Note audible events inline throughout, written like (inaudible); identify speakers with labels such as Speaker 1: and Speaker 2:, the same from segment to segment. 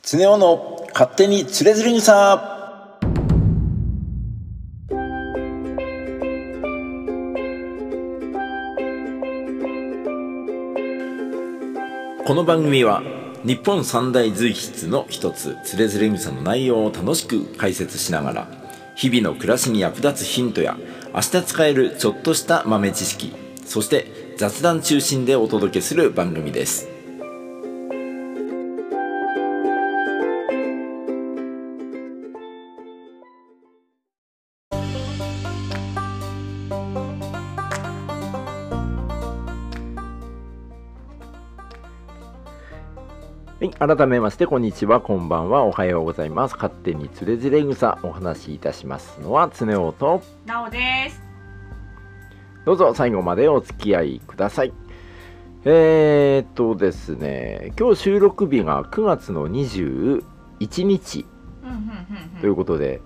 Speaker 1: 常雄の勝手につれづれ草この番組は日本三大随筆の一つ「つれづれ草」の内容を楽しく解説しながら日々の暮らしに役立つヒントや明日使えるちょっとした豆知識そして雑談中心でお届けする番組ですはい、改めまして、こんにちは、こんばんは、おはようございます。勝手につれづれ草、お話しいたしますのは、常雄と、
Speaker 2: なおです。
Speaker 1: どうぞ最後までお付き合いください。えー、っとですね、今日収録日が9月の21日
Speaker 2: うんうんうん
Speaker 1: ということで、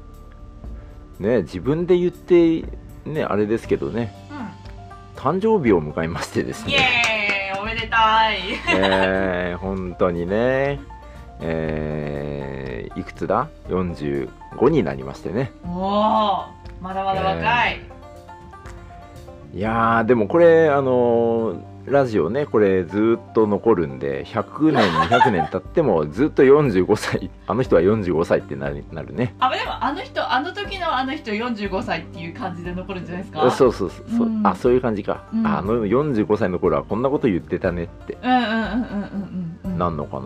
Speaker 1: ね、自分で言って、ね、あれですけどね、
Speaker 2: う
Speaker 1: 誕生日を迎えましてです
Speaker 2: ん。イ
Speaker 1: ね、
Speaker 2: エーイおめでたい。
Speaker 1: えー、本当にね、えー、いくつだ ?45 になりましてね。
Speaker 2: おおまだまだ若い。
Speaker 1: いやーでもこれあのーラジオねこれずーっと残るんで100年200年経ってもずっと45歳あの人は45歳ってなるなるね
Speaker 2: あでもあの人あの時のあの人45歳っていう感じで残るんじゃないですか。う。
Speaker 1: そうそうそう、
Speaker 2: うん
Speaker 1: あそういう感じか、
Speaker 2: うん
Speaker 1: あの45歳の頃はこんなこと言ってたねって
Speaker 2: うんうんうんうんうんうん。
Speaker 1: なんのか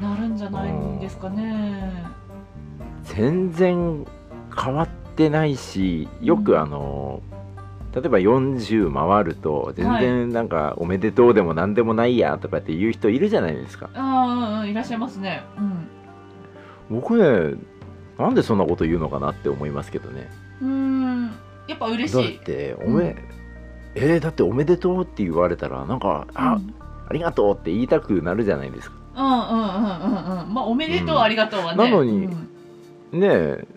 Speaker 1: な
Speaker 2: なるんじゃないんですかね。
Speaker 1: 全然変わってないしよ
Speaker 2: うん
Speaker 1: くあのー例えば40回ると全然なんか「おめでとう」でも何でもないやとかって言う人いるじゃないですか
Speaker 2: ああうんうんいらっしゃいますね。うん。
Speaker 1: 僕ねなんでそんなこと言うのかなって思いますけどね
Speaker 2: うーんやっぱ嬉し
Speaker 1: だっ
Speaker 2: い。
Speaker 1: てお
Speaker 2: ん
Speaker 1: め、えーだって「おめでとう」って言われたらなんか「あ
Speaker 2: うん
Speaker 1: ありがとう」って言いたくなるじゃないですか
Speaker 2: うんうんうんうんうんまあおめでとう、
Speaker 1: うん
Speaker 2: ありがとうはね
Speaker 1: なのに
Speaker 2: うん
Speaker 1: ねえ「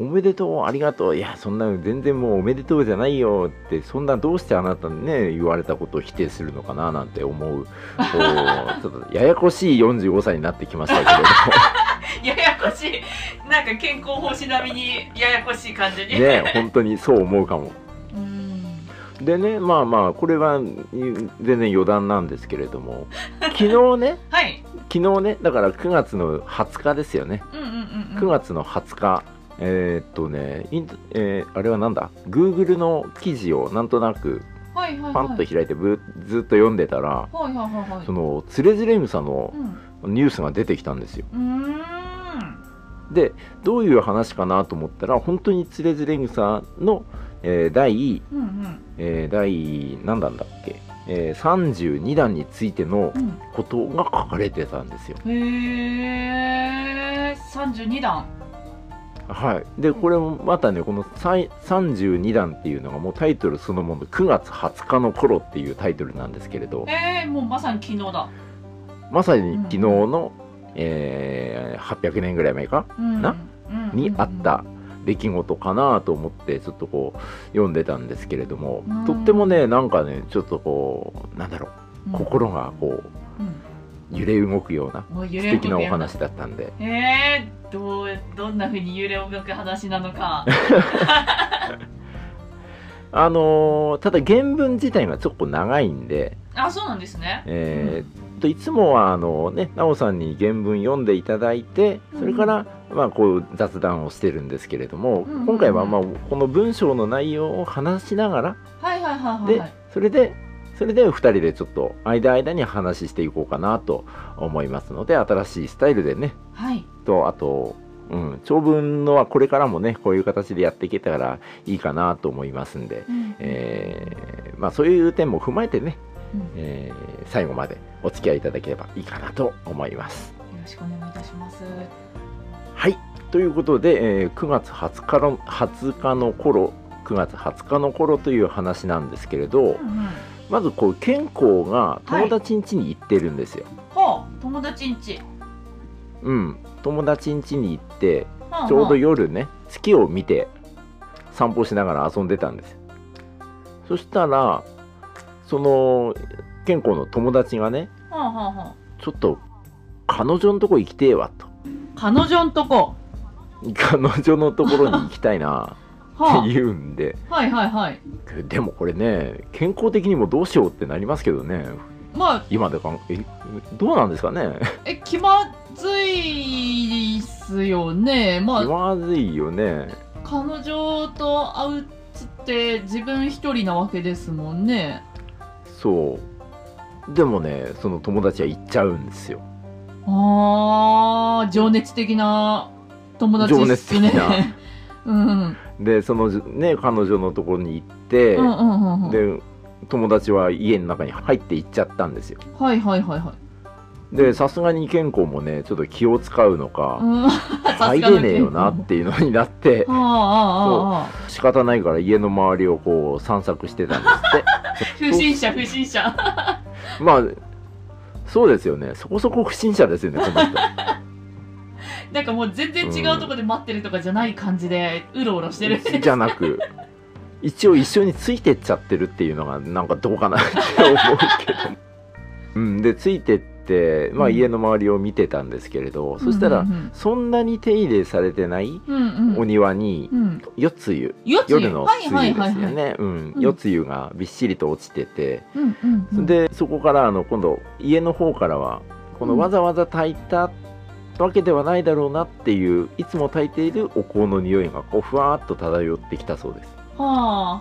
Speaker 1: おめでとうありがとう」いやそんなの全然もうおめでとうじゃないよってそんなどうしてあなたね言われたことを否定するのかななんて思うこ
Speaker 2: (laughs)
Speaker 1: うちょっとややこしい45歳になってきましたけ
Speaker 2: (laughs)
Speaker 1: れども。
Speaker 2: ややこしいなんか健康法師並みにややこしい感じに、
Speaker 1: ねえ本当にそう思うかも
Speaker 2: うん
Speaker 1: でねまあまあこれはうん全然余談なんですけれど
Speaker 2: (laughs)
Speaker 1: も昨日ね
Speaker 2: はい。
Speaker 1: 昨日ねだから9月の20日ですよね
Speaker 2: うんうんうんうん。
Speaker 1: 9月の20日えーっとねインドえーあれはなんだ Google の記事をなんとなく
Speaker 2: はいはいはい。
Speaker 1: パンと開いてぶずっと読んでたら
Speaker 2: はいはいはいはい。
Speaker 1: そのつれづれ草の
Speaker 2: うん。う
Speaker 1: ニュースが出てきたんですよ
Speaker 2: ーん。
Speaker 1: でどういう話かなと思ったら本当につれづれ草の、えー第
Speaker 2: うんうん
Speaker 1: えー第何弾だっけ、えー32弾についての
Speaker 2: うん。
Speaker 1: ことが書かれてたんですよ。
Speaker 2: へえ。三十二段。
Speaker 1: はい、でこれもまたねこの最32弾っていうのがもうタイトルそのもの9月20日の頃っていうタイトルなんですけれど
Speaker 2: ええもうまさに昨日だ。
Speaker 1: まさに昨日の、えー800年ぐらい前か
Speaker 2: うん。
Speaker 1: な
Speaker 2: うん
Speaker 1: にあっ。た出来事かなと思ってちょっとこう読んでたんですけれども、
Speaker 2: うん
Speaker 1: とってもねなんかねちょっとこうなんだろ
Speaker 2: う。
Speaker 1: うん心がこう
Speaker 2: うん。
Speaker 1: 揺れ動くような
Speaker 2: もう揺
Speaker 1: 素
Speaker 2: れ動く
Speaker 1: 敵なお。話だったんで
Speaker 2: ええどうどんな風に揺れ動く話なの
Speaker 1: (laughs)
Speaker 2: か。
Speaker 1: あのーただ原文自体がちょっと長いんで、
Speaker 2: あ、そうなんですね。
Speaker 1: えーっといつもはあのね奈緒さんに原文読んでいただいてそれから、まあこう雑談をしてるんですけれども、
Speaker 2: うんうんうん
Speaker 1: 今回はまあこの文章の内容を話しながら
Speaker 2: はいはいはい
Speaker 1: で、
Speaker 2: はい。
Speaker 1: それでそれで2人でちょっと間間に話していこうかなと思いますので新しいスタイルでね
Speaker 2: はい。
Speaker 1: とあと、うん、長文のはこれからもねこういう形でやっていけたらいいかなと思いますんで。
Speaker 2: うん
Speaker 1: えーまあ、そういう点も踏まえてね、
Speaker 2: うんよ
Speaker 1: えー最後までお付き合いいただければいいかなと思います。
Speaker 2: ろしくお願いいたします。
Speaker 1: はいということで、えー9月20日の20日の頃9月20日の頃という話なんですけれど
Speaker 2: うんうん。
Speaker 1: まずこう健康が友達ん家に行ってるんですよ。
Speaker 2: ほう、友達ん家。
Speaker 1: うん、友達ん家に行って
Speaker 2: はあ
Speaker 1: ちょうど
Speaker 2: は
Speaker 1: 夜ね月を見て散歩しながら遊んでたんですよそしたらその健康の友達がね
Speaker 2: あはあはあはあ
Speaker 1: ちょっと彼女のとこ行きてえわと
Speaker 2: 彼女んとこ。
Speaker 1: 彼女のところに行きたいなっ
Speaker 2: (laughs) は
Speaker 1: て言うんで、
Speaker 2: あ、はいはいはい。
Speaker 1: でもこれね健康的にもどうしようってなりますけどね
Speaker 2: まあ、
Speaker 1: 今でかんえどうなんですかね
Speaker 2: え、気まずいですよね。
Speaker 1: 気
Speaker 2: まあ、
Speaker 1: まずいよね
Speaker 2: 彼女と会うっつって自分一人なわけですもんね。
Speaker 1: そうでもねその友達は行っちゃうんですよ
Speaker 2: ああ、情熱的な友達ですね。
Speaker 1: 情熱的
Speaker 2: (laughs) うん。
Speaker 1: でそのね彼女のところに行って、
Speaker 2: うんうんうんうん。
Speaker 1: で友達は家の中に入って行っちゃったんですよ
Speaker 2: はいはいはいはい。
Speaker 1: でさすがに健康もねちょっと気を使うのか、
Speaker 2: うん。さ
Speaker 1: 入
Speaker 2: すがの
Speaker 1: れねえよなっていうのになって
Speaker 2: ああああああ。
Speaker 1: 仕方ないから家の周りをこう散策してたんですっ
Speaker 2: 不審者不審者。 (laughs)
Speaker 1: てまあそうですよねそこそこ不審者ですよねこの人
Speaker 2: なんかもう全然違うとこで待ってるとかじゃない感じでうろうろしてる、
Speaker 1: じゃなく一応一緒についてっちゃってるっていうのがなんかどうかなって思うけどう
Speaker 2: (laughs)
Speaker 1: んでついてって、まあ、
Speaker 2: うん
Speaker 1: 家の周りを見てたんですけれど、そした
Speaker 2: う
Speaker 1: ら
Speaker 2: ん
Speaker 1: そんなに手入れされてない
Speaker 2: うんうん
Speaker 1: お庭に
Speaker 2: うんうん
Speaker 1: 夜露
Speaker 2: 夜露
Speaker 1: 夜の
Speaker 2: はい
Speaker 1: 露
Speaker 2: はい
Speaker 1: で
Speaker 2: はい
Speaker 1: すよ
Speaker 2: はい
Speaker 1: ねうん
Speaker 2: うん
Speaker 1: 夜露がびっしりと落ちてて、
Speaker 2: うんうんうん
Speaker 1: でそこからあの今度家の方からはこ
Speaker 2: う
Speaker 1: の
Speaker 2: ん
Speaker 1: わざわざ炊いたわけではないだろうなっていういつも炊いているお香の匂いがこうふわーっと漂ってきたそうです
Speaker 2: はあはあはあ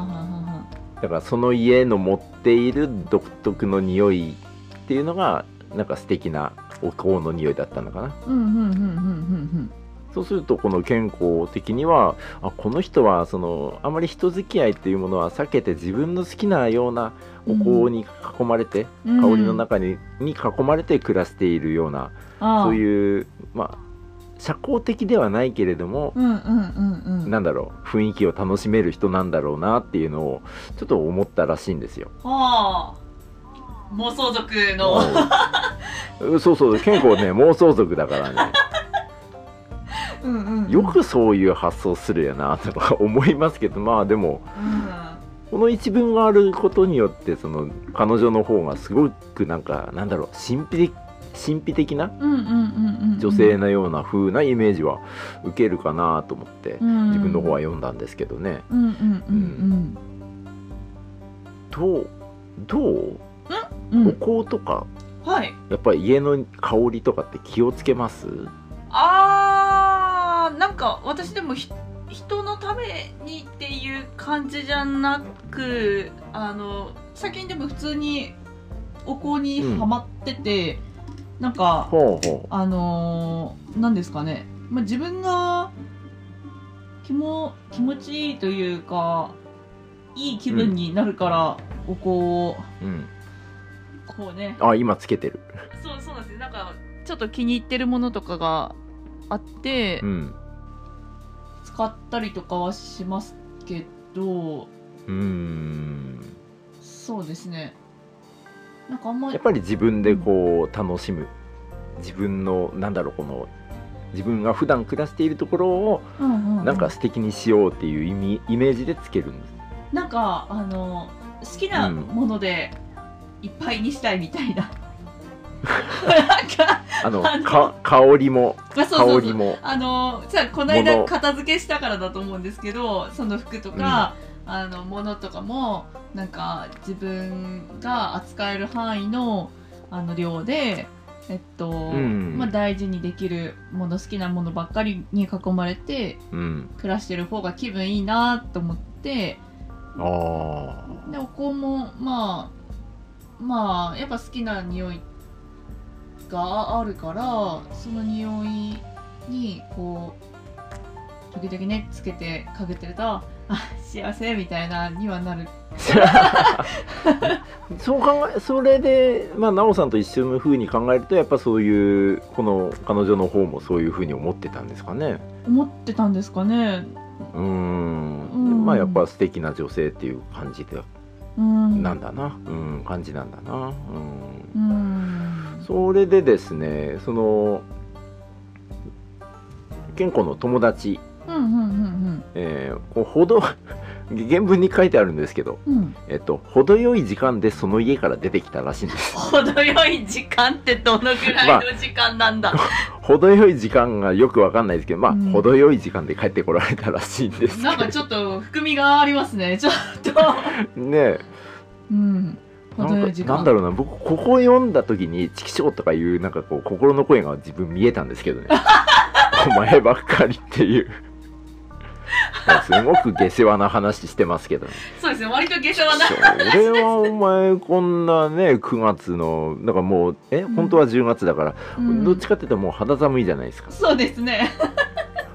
Speaker 2: はあはあ
Speaker 1: だからその家の持っている独特の匂いっていうのがなんか素敵なお香の匂いだったのかな
Speaker 2: うんうんうんうんうん
Speaker 1: そうするとこの健康的にはあこの人はそのあまり人付き合いっていうものは避けて自分の好きなようなお香に囲まれて、
Speaker 2: うん
Speaker 1: 香りの中にに囲まれて暮らしているような、
Speaker 2: ああ
Speaker 1: そういうまあ社交的ではないけれども、
Speaker 2: うんうんうんうん
Speaker 1: なんだろう雰囲気を楽しめる人なんだろうなっていうのをちょっと思ったらしいんですよ。
Speaker 2: はあ妄想族のは (laughs)
Speaker 1: うんそうそう健康ね妄想族だからね
Speaker 2: うんうんうん
Speaker 1: よくそういう発想するよなとか思いますけどまあでも。
Speaker 2: うん
Speaker 1: この一文があることによってその彼女の方がすごくなんかなんだろう神秘的神秘的な
Speaker 2: うんうんうんうんうん
Speaker 1: 女性のような風なイメージは受けるかなと思って
Speaker 2: うん
Speaker 1: 自分の方は読んだんですけどね
Speaker 2: うんうんうん
Speaker 1: どうどう
Speaker 2: うんうん
Speaker 1: お香とか
Speaker 2: はい
Speaker 1: やっぱり家の香りとかって気をつけます
Speaker 2: あーなんか私でもひ人のためにっていう感じじゃなくあの最近でも普通にお香にはまってて、なんか
Speaker 1: ほうほ
Speaker 2: あのーなんですかね、まあ、自分が気も気持ちいいというかいい気分になるから、お香を
Speaker 1: う、うん、
Speaker 2: こうね
Speaker 1: あ今つけてる
Speaker 2: そうそうなんですねなんかちょっと気に入ってるものとかがあって
Speaker 1: う、ん
Speaker 2: 使ったりとかはしますけど
Speaker 1: うーん
Speaker 2: そうですねなんかあんま
Speaker 1: や
Speaker 2: り
Speaker 1: っぱり自分でこう楽しむ自分のなんだろうこの自分が普段暮らしているところを
Speaker 2: うんうう
Speaker 1: なんか素敵にしようっていう意味イメージでつけるんです
Speaker 2: なんかあの好きなものでいっぱいにしたいみた
Speaker 1: (laughs)
Speaker 2: いな、なんか
Speaker 1: あの
Speaker 2: あの
Speaker 1: か香りも
Speaker 2: まあそうそ
Speaker 1: 香
Speaker 2: うそ
Speaker 1: り
Speaker 2: う
Speaker 1: も
Speaker 2: あのさこの
Speaker 1: も
Speaker 2: 間
Speaker 1: の
Speaker 2: 片付けしたからだと思うんですけどその服とか、あの物とかもなんか自分が扱える範囲のあの量で、えっと
Speaker 1: ん
Speaker 2: まあ、大事にできるもの好きなものばっかりに囲まれて
Speaker 1: うん
Speaker 2: 暮らしてる方が気分いいなと思って
Speaker 1: ああ
Speaker 2: でお香もまあまあやっぱ好きな匂いがあるからその匂いにこう時々ねつけてかけてるとあ幸せみたいなにはなる
Speaker 1: そう考えそれでまあ奈緒さんと一緒の風に考えるとやっぱそういうこの彼女の方もそういう風に思ってたんですかね
Speaker 2: 思ってたんですかね
Speaker 1: うーん
Speaker 2: うん
Speaker 1: まあやっぱ素敵な女性っていう感じで
Speaker 2: うん
Speaker 1: なんだなうん感じなんだなうん
Speaker 2: うん
Speaker 1: それでですねその健康の友達、
Speaker 2: うんうんうんうん
Speaker 1: えーこう歩道 (laughs) 原文に書いてあるんですけど、
Speaker 2: うん、
Speaker 1: えっと、程よい時間でその家から出てきたらしいんです。
Speaker 2: 程よい時間ってどのぐらいの時間なんだ、
Speaker 1: 程よい時間がよくわかんないですけど、まあ、
Speaker 2: うん
Speaker 1: 程よい時間で帰ってこられたらしいんですけど。
Speaker 2: (laughs) なんかちょっと含みがありますねちょっと
Speaker 1: ねえ
Speaker 2: うん
Speaker 1: な
Speaker 2: 程よ
Speaker 1: ん
Speaker 2: い時
Speaker 1: か
Speaker 2: 間
Speaker 1: なんだろうな僕ここを読んだ時に「チキショー」とかいうなんかこう心の声が自分見えたんですけどね「お前ばっかり」っていうすごく下世話な話してますけどね
Speaker 2: そうですね割と下
Speaker 1: そ
Speaker 2: 世話な
Speaker 1: れはお前こんなね9月のなんかもうえ
Speaker 2: うん
Speaker 1: 本当は10月だから、
Speaker 2: うん
Speaker 1: どっちかって言ったらもう肌寒いじゃないですか
Speaker 2: そうですね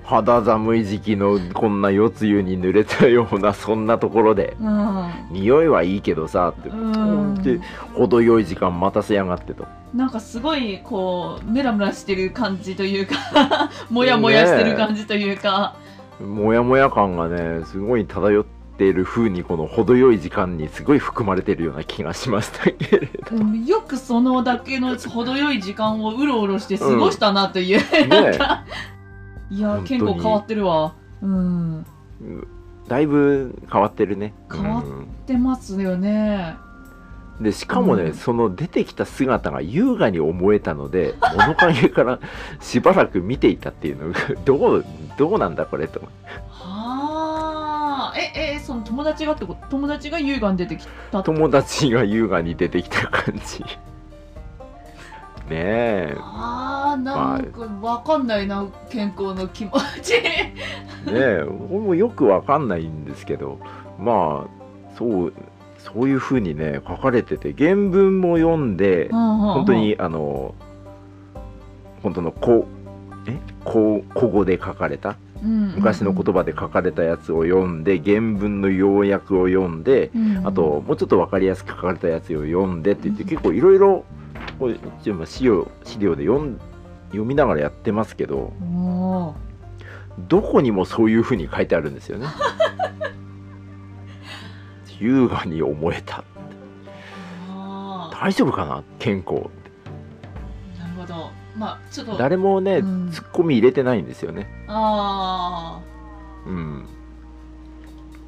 Speaker 1: 肌寒い時期のこんな夜露に濡れたようなそんなところで
Speaker 2: うん
Speaker 1: 匂いはいいけどさって、
Speaker 2: うん
Speaker 1: で程よい時間待たせやがってと。
Speaker 2: なんかすごいこうムラムラしてる感じという (laughs) かもやもやしてる感じというか、
Speaker 1: モヤモヤ感がねすごい漂っている風にこの程よい時間にすごい含まれてるような気がしましたけれ
Speaker 2: うんよくそのだけの程よい時間をうろうろして過ごしたなという、 (laughs)
Speaker 1: ど
Speaker 2: なん
Speaker 1: ね
Speaker 2: かいや
Speaker 1: 本当
Speaker 2: 健
Speaker 1: に
Speaker 2: 康変わってるわうん
Speaker 1: だいぶ変わってるね
Speaker 2: 変わってますよね
Speaker 1: うんでしかもね、
Speaker 2: うん
Speaker 1: その出てきた姿が優雅に思えたので物陰からしばらく見ていたっていうのがどうどうなんだこれと
Speaker 2: はあええその友達がってこと友達が優雅に出てきたと
Speaker 1: 友達が優雅に出てきた感じねえ
Speaker 2: あーなんかわかんないな健康の気持ち
Speaker 1: ねえ僕もよくわかんないんですけどまあそうそういうふうにね書かれてて原文も読んで
Speaker 2: 本
Speaker 1: 本当にあの本当のこえこ古語で書かれた昔の言葉で書かれたやつを読んで原文の要約を読んであともうちょっとわかりやすく書かれたやつを読んでって言って
Speaker 2: うん
Speaker 1: 結構いろいろこう一応まあ資料資料で読ん読みながらやってますけど
Speaker 2: おー
Speaker 1: どこにもそういうふうに書いてあるんですよ
Speaker 2: (laughs)
Speaker 1: ね。優雅に思えた
Speaker 2: あ
Speaker 1: 大丈夫かな健康
Speaker 2: ーなるほどまあちょっと
Speaker 1: 誰もね、
Speaker 2: うん
Speaker 1: ツッコミ入れてないんですよね
Speaker 2: あ
Speaker 1: うん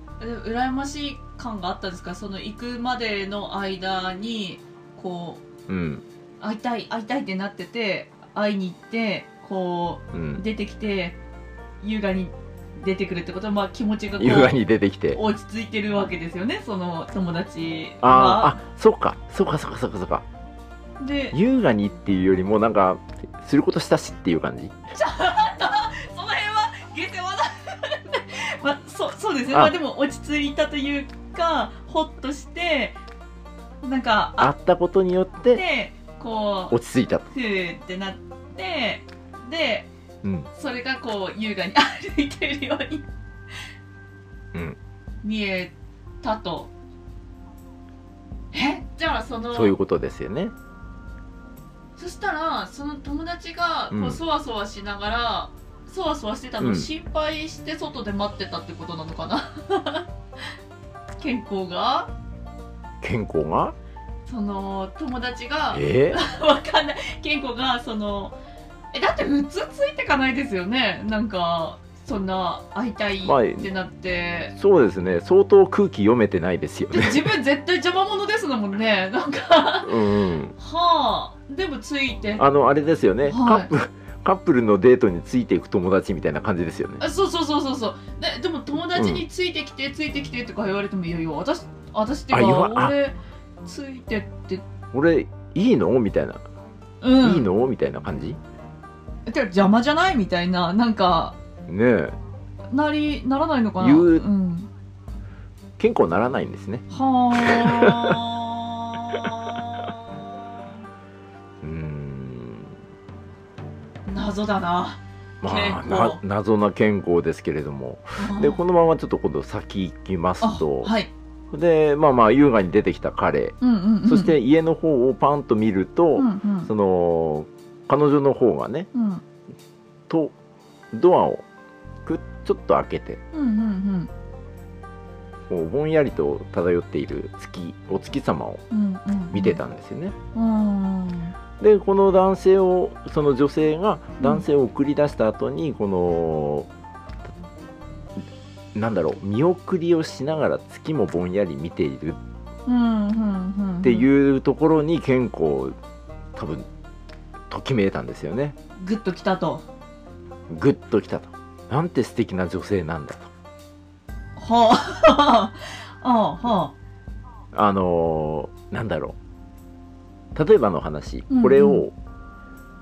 Speaker 2: あ羨ましい感があったんですかその行くまでの間にこ
Speaker 1: うん
Speaker 2: う会いたい会いたいってなってて会いに行ってこ
Speaker 1: う
Speaker 2: うん出てきて優雅に出てくるってことは、まあ、気持ちがこ
Speaker 1: 優雅
Speaker 2: う
Speaker 1: に出てきて
Speaker 2: 落ち着いてるわけですよねその友達は
Speaker 1: あーあそっかそっかそっかそっかそっか
Speaker 2: で
Speaker 1: 優雅にっていうよりもなんかすることしたしっていう感じ
Speaker 2: その辺は下世話だ、 (laughs) まあ、そうそうですね
Speaker 1: あ
Speaker 2: まあでも落ち着いたというかほっとしてなんかあ
Speaker 1: あったことによっ
Speaker 2: っててこう
Speaker 1: 落ち着いたと
Speaker 2: ふーってなってで
Speaker 1: うん
Speaker 2: それがこう優雅に (laughs) 歩いてるように、
Speaker 1: うん
Speaker 2: 見えたとえじゃあその
Speaker 1: そういうことですよね
Speaker 2: そしたらその友達が
Speaker 1: う
Speaker 2: こうんそわそわしながら、そわそわしてたの、
Speaker 1: うん
Speaker 2: 心配して外で待ってたってことなのかな (laughs) 健康が
Speaker 1: 健康が
Speaker 2: その友達が
Speaker 1: え
Speaker 2: (laughs) わかんない健康がそのえだって普通ついてかないですよねなんかそんな会いたい
Speaker 1: まあ
Speaker 2: ってなって、
Speaker 1: ーそうですね相当空気読めてないですよ
Speaker 2: で (laughs)
Speaker 1: ね
Speaker 2: 自分絶対邪魔者ですもんねなんか
Speaker 1: うん
Speaker 2: はあでもついて
Speaker 1: あのあれですよね、
Speaker 2: はい
Speaker 1: カップカップルのデートについていく友達みたいな感じですよね。
Speaker 2: あそうそうそうそうそうででも友達についてきて、ついてきてとか言われてもいやいや私私ってか
Speaker 1: あ言わあ
Speaker 2: 俺ついてって、
Speaker 1: 俺いいのみたいな、
Speaker 2: うん、
Speaker 1: いいのみたいな感じ。
Speaker 2: てか邪魔じゃないみたいななんか
Speaker 1: ねえ、
Speaker 2: なりならないのかな、
Speaker 1: 言うん健康ならないんですね。
Speaker 2: はあ
Speaker 1: うーん、 (laughs)
Speaker 2: 謎だな
Speaker 1: まあ
Speaker 2: 健
Speaker 1: な
Speaker 2: 康
Speaker 1: 謎な健康ですけれども、でこのままちょっと今度先行きま
Speaker 2: あ
Speaker 1: すと、
Speaker 2: はい
Speaker 1: でまあまあ優雅に出てきた彼、
Speaker 2: うんうん、うん、
Speaker 1: そして家の方をパンと見ると、
Speaker 2: うんうん
Speaker 1: その彼女の方がね、
Speaker 2: うん
Speaker 1: とドアをくちょっと開けて。
Speaker 2: うんうん
Speaker 1: こうぼんやりと漂っている月お月様を
Speaker 2: うんうんうん
Speaker 1: 見てたんですよね。
Speaker 2: うん
Speaker 1: でこの男性をその女性が
Speaker 2: ん
Speaker 1: 男性を送り出した後にこの、なんだろう見送りをしながら月もぼんやり見ている
Speaker 2: うんうんうん
Speaker 1: って
Speaker 2: うん
Speaker 1: いうところに健康多分ときめいたんですよね
Speaker 2: グッときたと
Speaker 1: グッときたとなんて素敵な女性なんだと
Speaker 2: はあああはあ
Speaker 1: あのーなんだろう例えばの話
Speaker 2: うんうん
Speaker 1: これを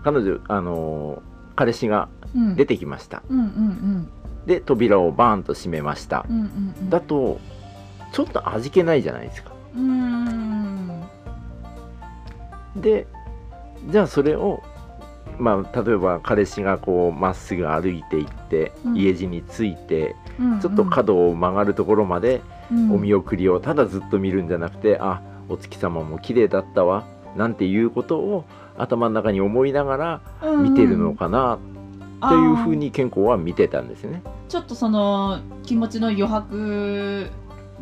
Speaker 1: 彼女あのー彼氏が
Speaker 2: うん
Speaker 1: 出てきました
Speaker 2: うんうん
Speaker 1: で扉をバーンと閉めました
Speaker 2: うんうんうんうん
Speaker 1: だとちょっと味気ないじゃないですか
Speaker 2: うーん
Speaker 1: でじゃあそれをまあ例えば彼氏がこうまっすぐ歩いていって
Speaker 2: うん
Speaker 1: 家路に着いて
Speaker 2: うんうん
Speaker 1: ちょっと角を曲がるところまで
Speaker 2: うん
Speaker 1: お見送りをただずっと見るんじゃなくてあお月様も綺麗だったわなんていうことを頭の中に思いながら見てるのかなっていうふうに健康は見てたんですね。
Speaker 2: ちょっとその気持ちの余白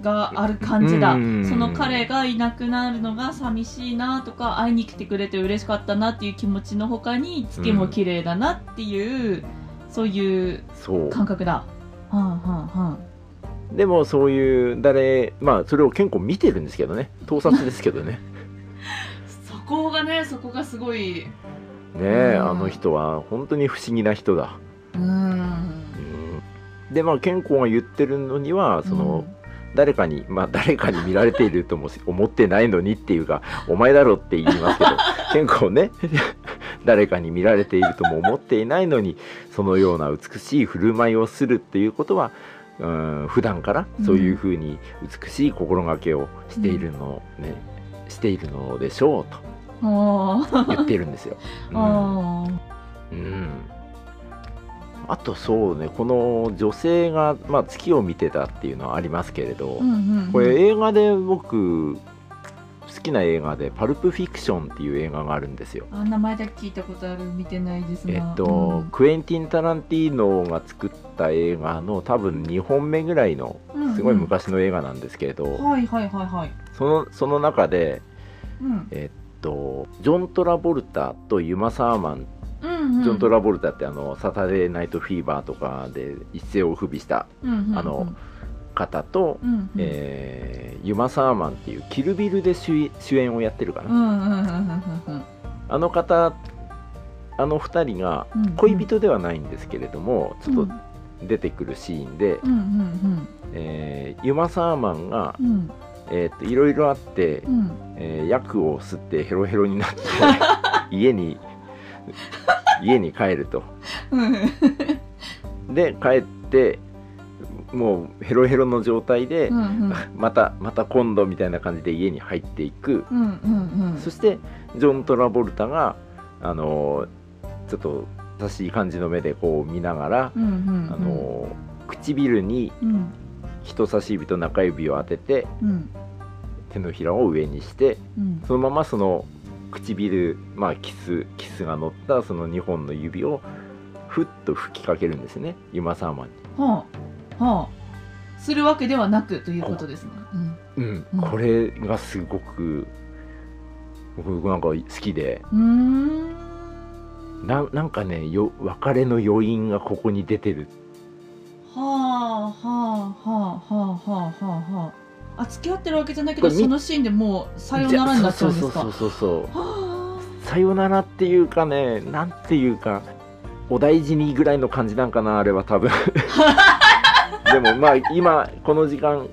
Speaker 2: がある感じだ
Speaker 1: うん
Speaker 2: その彼がいなくなるのが寂しいなとか会いに来てくれて嬉しかったなっていう気持ちのほかに月も綺麗だなっていう、そういう
Speaker 1: そう
Speaker 2: 感覚だ。はんはんはん
Speaker 1: でもそういう誰まあそれを健康見てるんですけどね盗撮ですけど
Speaker 2: (laughs)
Speaker 1: ね。
Speaker 2: そこがねそこがすご
Speaker 1: ね
Speaker 2: い
Speaker 1: え
Speaker 2: うん
Speaker 1: あの人は本当に不思議な人だ。
Speaker 2: うーん
Speaker 1: うんでまあ健康が言ってるのにはその、
Speaker 2: うん
Speaker 1: 誰かにまあ誰かに見られているとも思ってないのにっていうかお前だろって言いますけ (laughs) ど健康ね (laughs) 誰かに見られているとも思っていないのにそのような美しい振る舞いをするっていうことはうん普段からそういうふうに美しい心がけをしているの、ねしているのでしょう
Speaker 2: あー
Speaker 1: と言ってるんです (laughs) よ。うん
Speaker 2: あー
Speaker 1: うんあとそうねこの女性が、まあ、月を見てたっていうのはありますけれど、
Speaker 2: うんうんうん
Speaker 1: これ映画で僕好きな映画で「パルプ・フィクション」っていう映画があるんですよ。
Speaker 2: あ名前だけ聞いたことある見てないですが
Speaker 1: えっと、クエンティン・タランティーノが作った映画の多分2本目ぐらいの
Speaker 2: うん
Speaker 1: すごい昔の映画なんですけれど、
Speaker 2: うんうんはいはいはいはい
Speaker 1: そのその中で、
Speaker 2: うん
Speaker 1: えっと、ジョン・トラボルタとユマ・サーマン
Speaker 2: うんうん
Speaker 1: ジョン・トラボルタってあのサタデー・ナイト・フィーバーとかで一世を風靡した
Speaker 2: うんうんうん
Speaker 1: あの方と、
Speaker 2: うんうん
Speaker 1: えーユマ・サーマンっていうキルビルで主主演をやってるか
Speaker 2: う
Speaker 1: な、
Speaker 2: んうんうんうん
Speaker 1: あの方あの2人が
Speaker 2: うんうん
Speaker 1: 恋人ではないんですけれども、ちょっ
Speaker 2: と
Speaker 1: と出てくるシーンで、
Speaker 2: うんうん
Speaker 1: えーユマ・サーマンが
Speaker 2: うんうん
Speaker 1: えーっといろいろあって、
Speaker 2: うん
Speaker 1: えー薬を吸ってヘロヘロに
Speaker 2: (laughs)
Speaker 1: なって家に家に帰ると。
Speaker 2: うん
Speaker 1: で帰ってもうヘロヘロの状態で、
Speaker 2: うん
Speaker 1: またまた今度みたいな感じで家に入っていく、
Speaker 2: うんうんうん
Speaker 1: そしてジョン・トラボルタがあのーちょっと優しい感じの目でこう見ながら、
Speaker 2: うんうんうん
Speaker 1: あのー唇に
Speaker 2: うん
Speaker 1: 人差し指と中指を当てて
Speaker 2: うん
Speaker 1: 手のひらを上にして
Speaker 2: うん
Speaker 1: そのままその唇まあキスキスが乗ったその2本の指をふっと吹きかけるんですねユマサーマンに。
Speaker 2: はあはあするわけではなくということですね
Speaker 1: うん
Speaker 2: うん、
Speaker 1: これがすごく僕なんか好きで
Speaker 2: うんうーん
Speaker 1: ななんかねよ別れの余韻がここに出てる
Speaker 2: はあはあはあはあはあはあはああ付き合ってるわけじゃないけど
Speaker 1: これみ
Speaker 2: そのシーンでもうさよならになっちゃうんですか
Speaker 1: じゃそう
Speaker 2: は
Speaker 1: そうそうそうそ
Speaker 2: あ
Speaker 1: うさよならっていうかねなんていうかお大事にぐらいの感じなんかなあれは多
Speaker 2: (laughs)
Speaker 1: 分でもまあ今この時間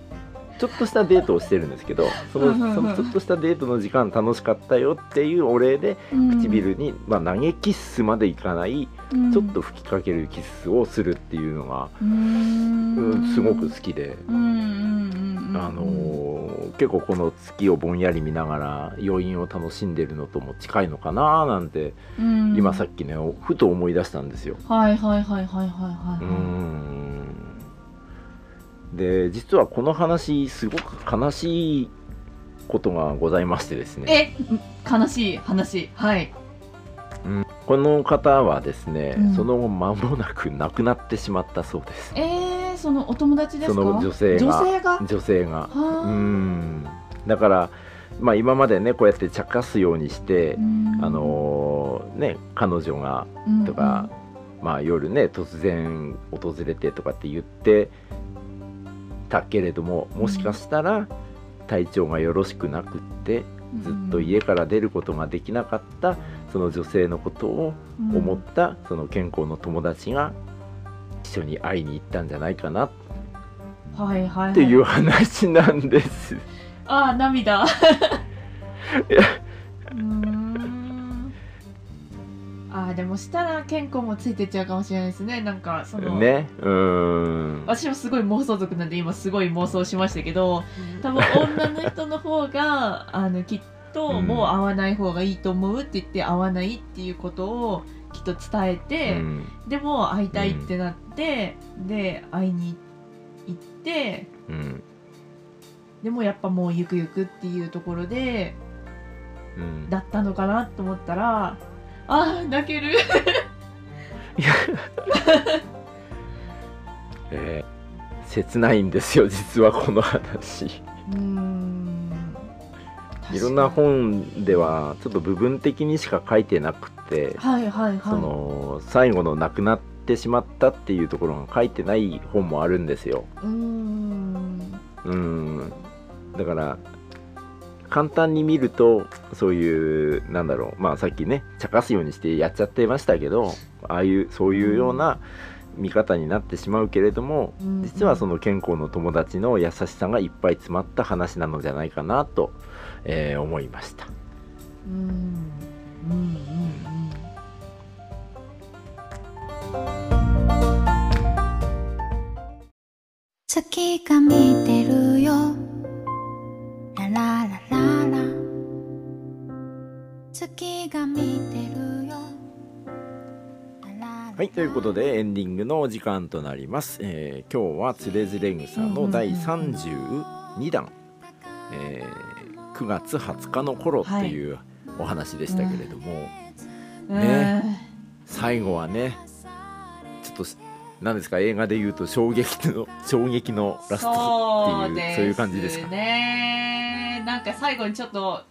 Speaker 1: ちょっとしたデートをしてるんですけどそ
Speaker 2: うんうんう
Speaker 1: の
Speaker 2: ん
Speaker 1: そのちょっとしたデートの時間楽しかったよっていうお礼で唇に、まあ、投げキッスまでいかないちょっと吹きかけるキスをするっていうのが、
Speaker 2: うーん
Speaker 1: うんすごく好きで、
Speaker 2: うんうんうんうん
Speaker 1: あのー結構この月をぼんやり見ながら余韻を楽しんでるのとも近いのかななんて、
Speaker 2: うん
Speaker 1: 今さっきねおふと思い出したんですよ。
Speaker 2: はいはいはいは
Speaker 1: う
Speaker 2: いはい
Speaker 1: ー
Speaker 2: は
Speaker 1: んで実はこの話すごく悲しいことがございましてです
Speaker 2: い
Speaker 1: ね
Speaker 2: え悲しい話はい
Speaker 1: この方はですね、
Speaker 2: うん
Speaker 1: その後間もなく亡くなってしまったそうです
Speaker 2: えー、そのお友達ですか
Speaker 1: その女性が
Speaker 2: 女性がは
Speaker 1: 女性が。
Speaker 2: あ
Speaker 1: うーんだから、まあ、今までねこうやって茶化すようにして、あのーね彼女がとか、まあ、夜ね突然訪れてとかって言ってたけれどももしかしたら体調がよろしくなくってずっと家から出ることができなかったその女性のことを思ったその健康の友達が一緒に会いに行ったんじゃないかなっ
Speaker 2: うんはいはいはい
Speaker 1: ていう話なんです。
Speaker 2: ああ涙うーんああでもしたら健康もついてっちゃうかもしれないですねなんかその、
Speaker 1: ね、うーん。
Speaker 2: 私もすごい妄想族なんで今すごい妄想しましたけど多分女の人の方があのきっともう会わない方がいいと思うって言って会わないっていうことをきっと伝え
Speaker 1: う
Speaker 2: て、
Speaker 1: ん
Speaker 2: でも会いたいってなって、で会いに行って
Speaker 1: うん
Speaker 2: でもやっぱもうゆくゆくっていうところで
Speaker 1: うん
Speaker 2: だったのかなと思ったらあー泣ける
Speaker 1: えー切ないんですよ実はこの話
Speaker 2: うーん
Speaker 1: いろんな
Speaker 2: 確かに
Speaker 1: 本ではちょっと部分的にしか書いてなくて、
Speaker 2: はいはいはい
Speaker 1: その最後の亡くなってしまったっていうところが書いてない本もあるんですよ
Speaker 2: うーん
Speaker 1: うんだから簡単に見るとそういうなんだろうまあさっきね茶化すようにしてやっちゃってましたけどああいうそういうような見方になってしまうけれども、実はそ
Speaker 2: の
Speaker 1: の健康の友達の優しさがいっぱい詰まった話なのじゃないかなと、えー思いました
Speaker 2: うーんうんうんうん
Speaker 3: 月が見てるよラララララ月が見てるよララララ
Speaker 1: はいということでエンディングのお時間となります、えー今日は「つれづれ草」の第32弾、えー9月20日の頃っていうお話でしたけれども、ね最後はねちょっとし何ですか映画で言うと衝撃の衝撃のラストっていうそう
Speaker 2: です
Speaker 1: いう感じですか
Speaker 2: ねなんか最後にちょっと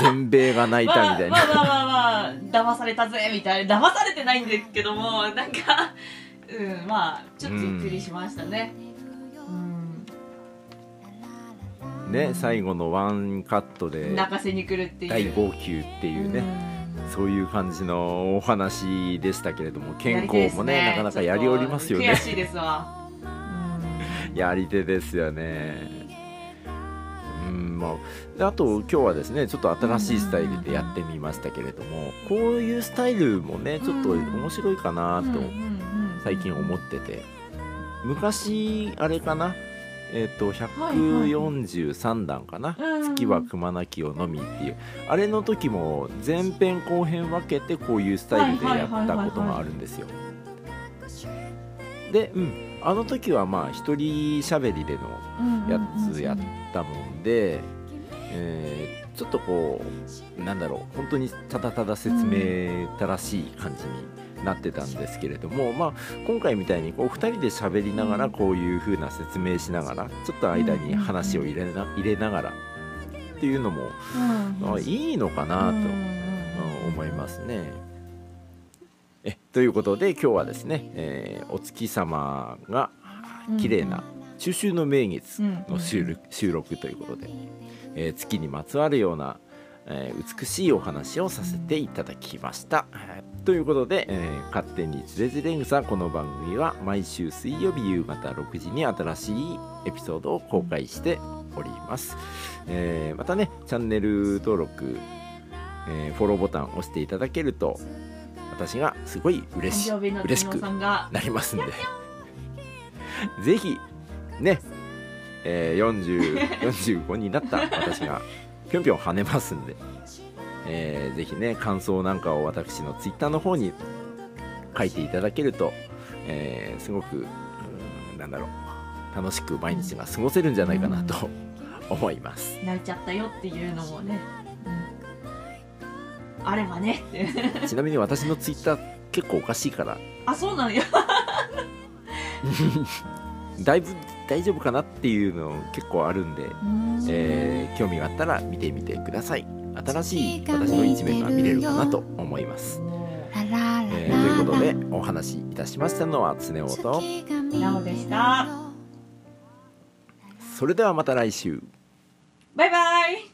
Speaker 1: 全米が泣いたみたいな
Speaker 2: (laughs) まあ、まあまあまあ、まあ、騙されたぜみたいな騙されてないんですけどもなんかうんまあちょっとびっくりしましたねうん、
Speaker 1: ね最後のワンカットで
Speaker 2: 泣かせに来るっていう
Speaker 1: 大号泣っていうね、そういう感じのお話でしたけれども
Speaker 2: うん
Speaker 1: 健康もねな
Speaker 2: やり手です
Speaker 1: かなかやりおりますよ
Speaker 2: ちょっ
Speaker 1: ね
Speaker 2: と悔しいですわ、うん
Speaker 1: (laughs) やり手ですよねうんまあ、であと今日はですねちょっと新しいスタイルでやってみましたけれどもこういうスタイルもねちょっと面白いかなと
Speaker 2: うんうんうん
Speaker 1: 最近思ってて昔あれかなえっ、と
Speaker 2: はいはい
Speaker 1: 143弾かな、
Speaker 2: うん
Speaker 1: 月は熊なきをのみ」っていうあれの時も前編後編分けてこういうスタイルでやったことがあるんですよ。で、うん、あの時はまあ一人喋りでのやつやったもんで、えーちょっとこうなんだろう本当にただただ説明正しい感じになってたんですけれども、まあ、今回みたいにこう2人で喋りながらこういう風な説明しながらちょっと間に話を入れな入れながらっていうのも
Speaker 2: うん
Speaker 1: あいいのかなと。うん思いますね。えということで今日はですね、えーお月様が
Speaker 2: うん
Speaker 1: 綺麗な中秋の名月
Speaker 2: う
Speaker 1: の
Speaker 2: ん
Speaker 1: 収録,、収録ということで、えー月にまつわるような、えー美しいお話をさせていただきました。えーということで、えー勝手につれずれ草この番組は毎週水曜日夕方6時に新しいエピソードを公開しております。えーまたねチャンネル登録、えーフォローボタンを押していただけると私がすごい嬉し
Speaker 2: 誕生日の
Speaker 1: 嬉し
Speaker 2: 友
Speaker 1: く
Speaker 2: さんが
Speaker 1: なりますんでぜひね、えー、40 45になった私がぴょんぴょん跳ねますんで、えーぜひね感想なんかを私のツイッターの方に書いていただけると、えーすごくうーんなんだろう楽しく毎日が過ごせるんじゃないかなと思います。
Speaker 2: 泣いちゃったよっていうのもね、うんあればねって
Speaker 1: ちなみに私のツイッター結構おかしいから
Speaker 2: あそうなんや
Speaker 1: だいぶ大丈夫かなっていうの結構あるんで、えー興味があったら見てみてください新しい私の一面が見れるかなと思います、
Speaker 3: ララララ
Speaker 1: えーということでお話しいたしましたのは常夫と
Speaker 3: 月が見てるよ
Speaker 2: なおでした
Speaker 1: それではまた来週
Speaker 2: バイバイ